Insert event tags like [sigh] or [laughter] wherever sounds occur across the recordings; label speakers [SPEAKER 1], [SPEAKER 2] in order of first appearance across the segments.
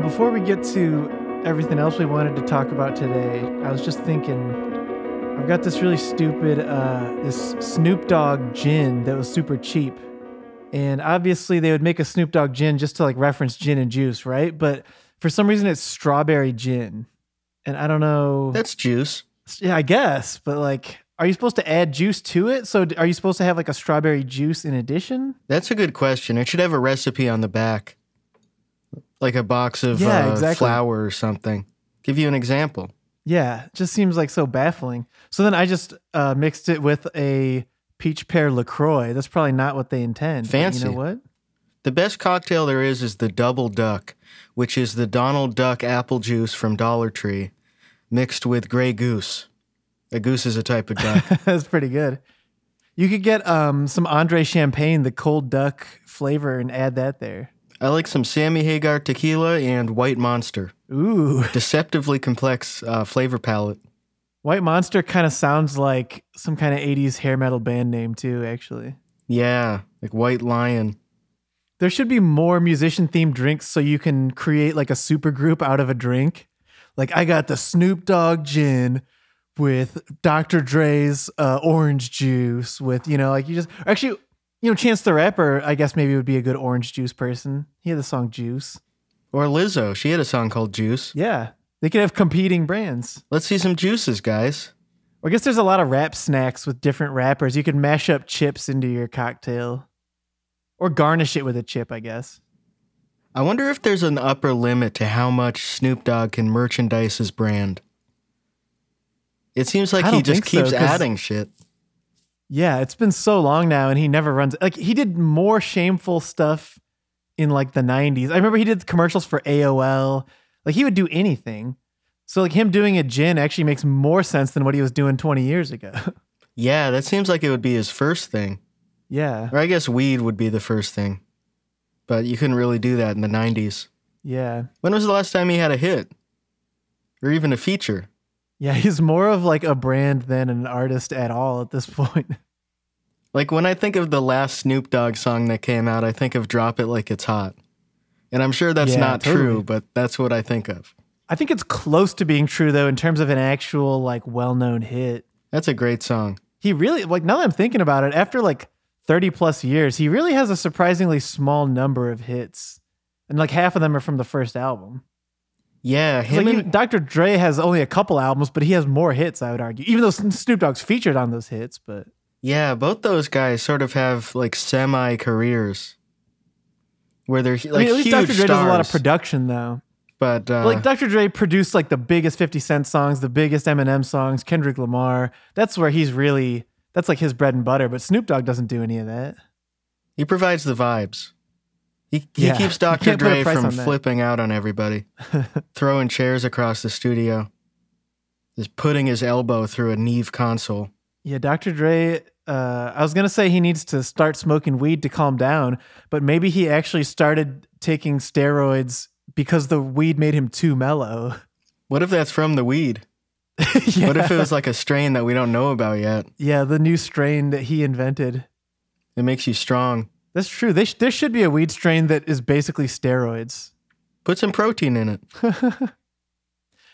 [SPEAKER 1] before we get to everything else we wanted to talk about today, I was just thinking I've got this really stupid uh, this Snoop Dogg gin that was super cheap. And obviously they would make a Snoop Dogg gin just to like reference gin and juice, right? But for some reason it's strawberry gin. And I don't know.
[SPEAKER 2] That's juice.
[SPEAKER 1] Yeah, I guess, but like are you supposed to add juice to it? So d- are you supposed to have like a strawberry juice in addition?
[SPEAKER 2] That's a good question. It should have a recipe on the back, like a box of
[SPEAKER 1] Yeah,
[SPEAKER 2] uh,
[SPEAKER 1] exactly.
[SPEAKER 2] flour or something. Give you an example.
[SPEAKER 1] Yeah, it just seems like so baffling. So then I just uh, mixed it with a peach pear LaCroix. That's probably not what they intend. but
[SPEAKER 2] Fancy.
[SPEAKER 1] You know what? [laughs]
[SPEAKER 2] The best cocktail there is is the Double Duck, which is the Donald Duck apple juice from Dollar Tree mixed with gray goose. A goose is a type of duck.
[SPEAKER 1] [laughs] That's pretty good. You could get um, some Andre Champagne, the cold duck flavor, and add that there.
[SPEAKER 2] I like some Sammy Hagar tequila and White Monster.
[SPEAKER 1] Ooh, [laughs]
[SPEAKER 2] Deceptively complex uh, flavor palette.
[SPEAKER 1] White Monster kind of sounds like some kind of 80s hair metal band name, too, actually.
[SPEAKER 2] Yeah, like White Lion.
[SPEAKER 1] There should be more musician themed drinks so you can create like a super group out of a drink. Like I got the Snoop Dogg gin with Dr. Dre's uh, orange juice with, you know, like you just actually, you know, Chance the Rapper, I guess maybe would be a good orange juice person. He had the song Juice.
[SPEAKER 2] Or Lizzo. She had a song called Juice.
[SPEAKER 1] Yeah. They could have competing brands.
[SPEAKER 2] Let's see some juices, guys.
[SPEAKER 1] Or I guess there's a lot of rap snacks with different rappers. You could mash up chips into your cocktail or garnish it with a chip, I guess.
[SPEAKER 2] I wonder if there's an upper limit to how much Snoop Dogg can merchandise his brand. It seems like
[SPEAKER 1] I
[SPEAKER 2] he
[SPEAKER 1] don't
[SPEAKER 2] just
[SPEAKER 1] think so, 'cause-
[SPEAKER 2] keeps adding shit.
[SPEAKER 1] Yeah, it's been so long now, and he never runs. Like he did more shameful stuff in like the '90s. I remember he did commercials for AOL. Like he would do anything. So like him doing a gin actually makes more sense than what he was doing 20 years ago. [laughs]
[SPEAKER 2] Yeah, that seems like it would be his first thing.
[SPEAKER 1] yeah,
[SPEAKER 2] Or I guess weed would be the first thing. But you couldn't really do that in the 90s.
[SPEAKER 1] yeah,
[SPEAKER 2] When was the last time he had a hit? Or even a feature?
[SPEAKER 1] yeah. He's more of like a brand than an artist at all at this [laughs] point.
[SPEAKER 2] Like when I think of the last Snoop Dogg song that came out, I think of Drop It Like It's Hot. And I'm sure that's
[SPEAKER 1] Yeah,
[SPEAKER 2] not
[SPEAKER 1] totally.
[SPEAKER 2] true, but that's what I think of.
[SPEAKER 1] I think it's close to being true though in terms of an actual like well-known hit.
[SPEAKER 2] That's a great song.
[SPEAKER 1] he really like now that I'm thinking about it, after like 30 plus years, he really has a surprisingly small number of hits. And like half of them are from the first album.
[SPEAKER 2] Yeah,
[SPEAKER 1] 'Cause,
[SPEAKER 2] him
[SPEAKER 1] Like
[SPEAKER 2] and
[SPEAKER 1] even Dr. Dre has only a couple albums, but he has more hits, I would argue. Even though Snoop Dogg's featured on those hits, but
[SPEAKER 2] yeah, both those guys sort of have like semi careers where they're
[SPEAKER 1] I
[SPEAKER 2] like
[SPEAKER 1] mean, at least
[SPEAKER 2] huge
[SPEAKER 1] Dr. Dre
[SPEAKER 2] stars.
[SPEAKER 1] does a lot of production though.
[SPEAKER 2] but uh,
[SPEAKER 1] like Dr. Dre produced like the biggest 50 Cent songs, the biggest Eminem songs, Kendrick Lamar. That's where he's really that's like his bread and butter, but Snoop Dogg doesn't do any of that.
[SPEAKER 2] he provides the vibes. He, he
[SPEAKER 1] Yeah,
[SPEAKER 2] keeps
[SPEAKER 1] [laughs] you
[SPEAKER 2] Dr.
[SPEAKER 1] can't put a
[SPEAKER 2] Dre
[SPEAKER 1] price
[SPEAKER 2] from
[SPEAKER 1] on that.
[SPEAKER 2] flipping out on
[SPEAKER 1] [laughs]
[SPEAKER 2] everybody, throwing chairs across the studio, just putting his elbow through a Neve console.
[SPEAKER 1] Yeah, Dr. Dre. Uh, I was gonna say he needs to start smoking weed to calm down, but maybe he actually started taking steroids because the weed made him too mellow. [laughs]
[SPEAKER 2] What if that's from the weed?
[SPEAKER 1] yeah.
[SPEAKER 2] What if it was like a strain that we don't know about yet?
[SPEAKER 1] yeah, the new strain that he invented.
[SPEAKER 2] It makes you strong.
[SPEAKER 1] That's true. They sh- there should be a weed strain that is basically steroids.
[SPEAKER 2] Put some protein in it.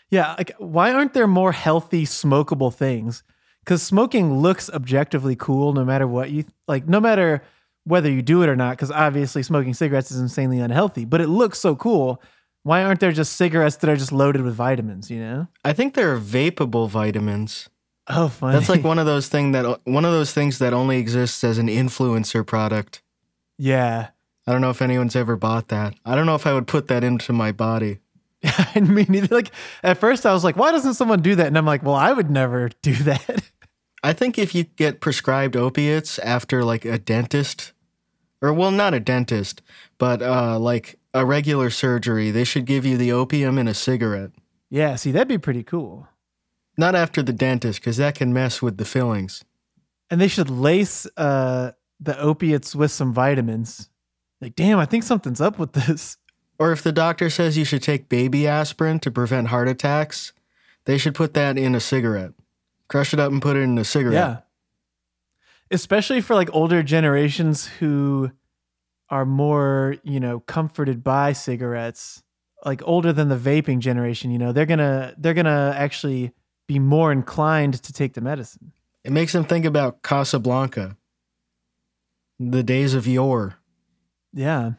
[SPEAKER 1] Yeah, like why aren't there more healthy smokable things? Cuz smoking looks objectively cool no matter what you like no matter whether you do it or not cuz obviously smoking cigarettes is insanely unhealthy, but it looks so cool. Why aren't there just cigarettes that are just loaded with vitamins, you know?
[SPEAKER 2] I think there are vapable vitamins.
[SPEAKER 1] Oh, funny.
[SPEAKER 2] That's
[SPEAKER 1] [laughs]
[SPEAKER 2] like one of those thing that one of those things that only exists as an influencer product.
[SPEAKER 1] Yeah. [laughs]
[SPEAKER 2] I don't know if anyone's ever bought that. I don't know if I would put that into my body.
[SPEAKER 1] I mean, either- like at first I was like, why doesn't someone do that? And I'm like, well, I would never do that. [laughs]
[SPEAKER 2] I think if you get prescribed opiates after like a dentist, or well, not a dentist, but uh, like a regular surgery, they should give you the opium in a cigarette.
[SPEAKER 1] yeah, see, that'd be pretty cool.
[SPEAKER 2] Not after the dentist, because that can mess with the fillings.
[SPEAKER 1] And they should lace uh, the opiates with some vitamins. Like, damn, I think something's up with this.
[SPEAKER 2] Or if the doctor says you should take baby aspirin to prevent heart attacks, they should put that in a cigarette. Crush it up and put it in a cigarette.
[SPEAKER 1] Yeah. Especially for like older generations who are more, you know, comforted by cigarettes. like older than the vaping generation, you know, they're gonna they're gonna actually be more inclined to take the medicine.
[SPEAKER 2] It makes them think about Casablanca, the days of yore.
[SPEAKER 1] Yeah.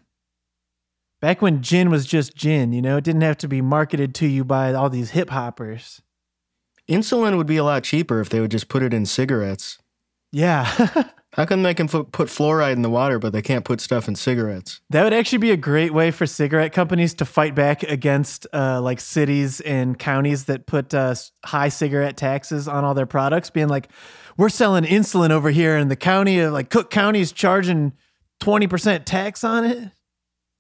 [SPEAKER 1] Back when gin was just gin, you know, it didn't have to be marketed to you by all these hip hoppers.
[SPEAKER 2] Insulin would be a lot cheaper if they would just put it in cigarettes.
[SPEAKER 1] Yeah. [laughs]
[SPEAKER 2] How come they can f- put fluoride in the water, but they can't put stuff in cigarettes?
[SPEAKER 1] That would actually be a great way for cigarette companies to fight back against uh, like cities and counties that put uh, s- high cigarette taxes on all their products, being like, "We're selling insulin over here, and the county, of, like Cook County, is charging twenty percent tax on it."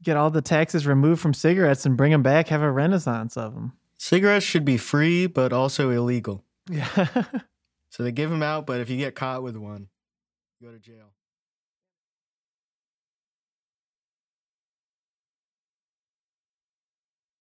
[SPEAKER 1] Get all the taxes removed from cigarettes and bring them back. Have a renaissance of them.
[SPEAKER 2] Cigarettes should be free, but also illegal.
[SPEAKER 1] Yeah. [laughs]
[SPEAKER 2] So they give them out, but if you get caught with one, you go to jail.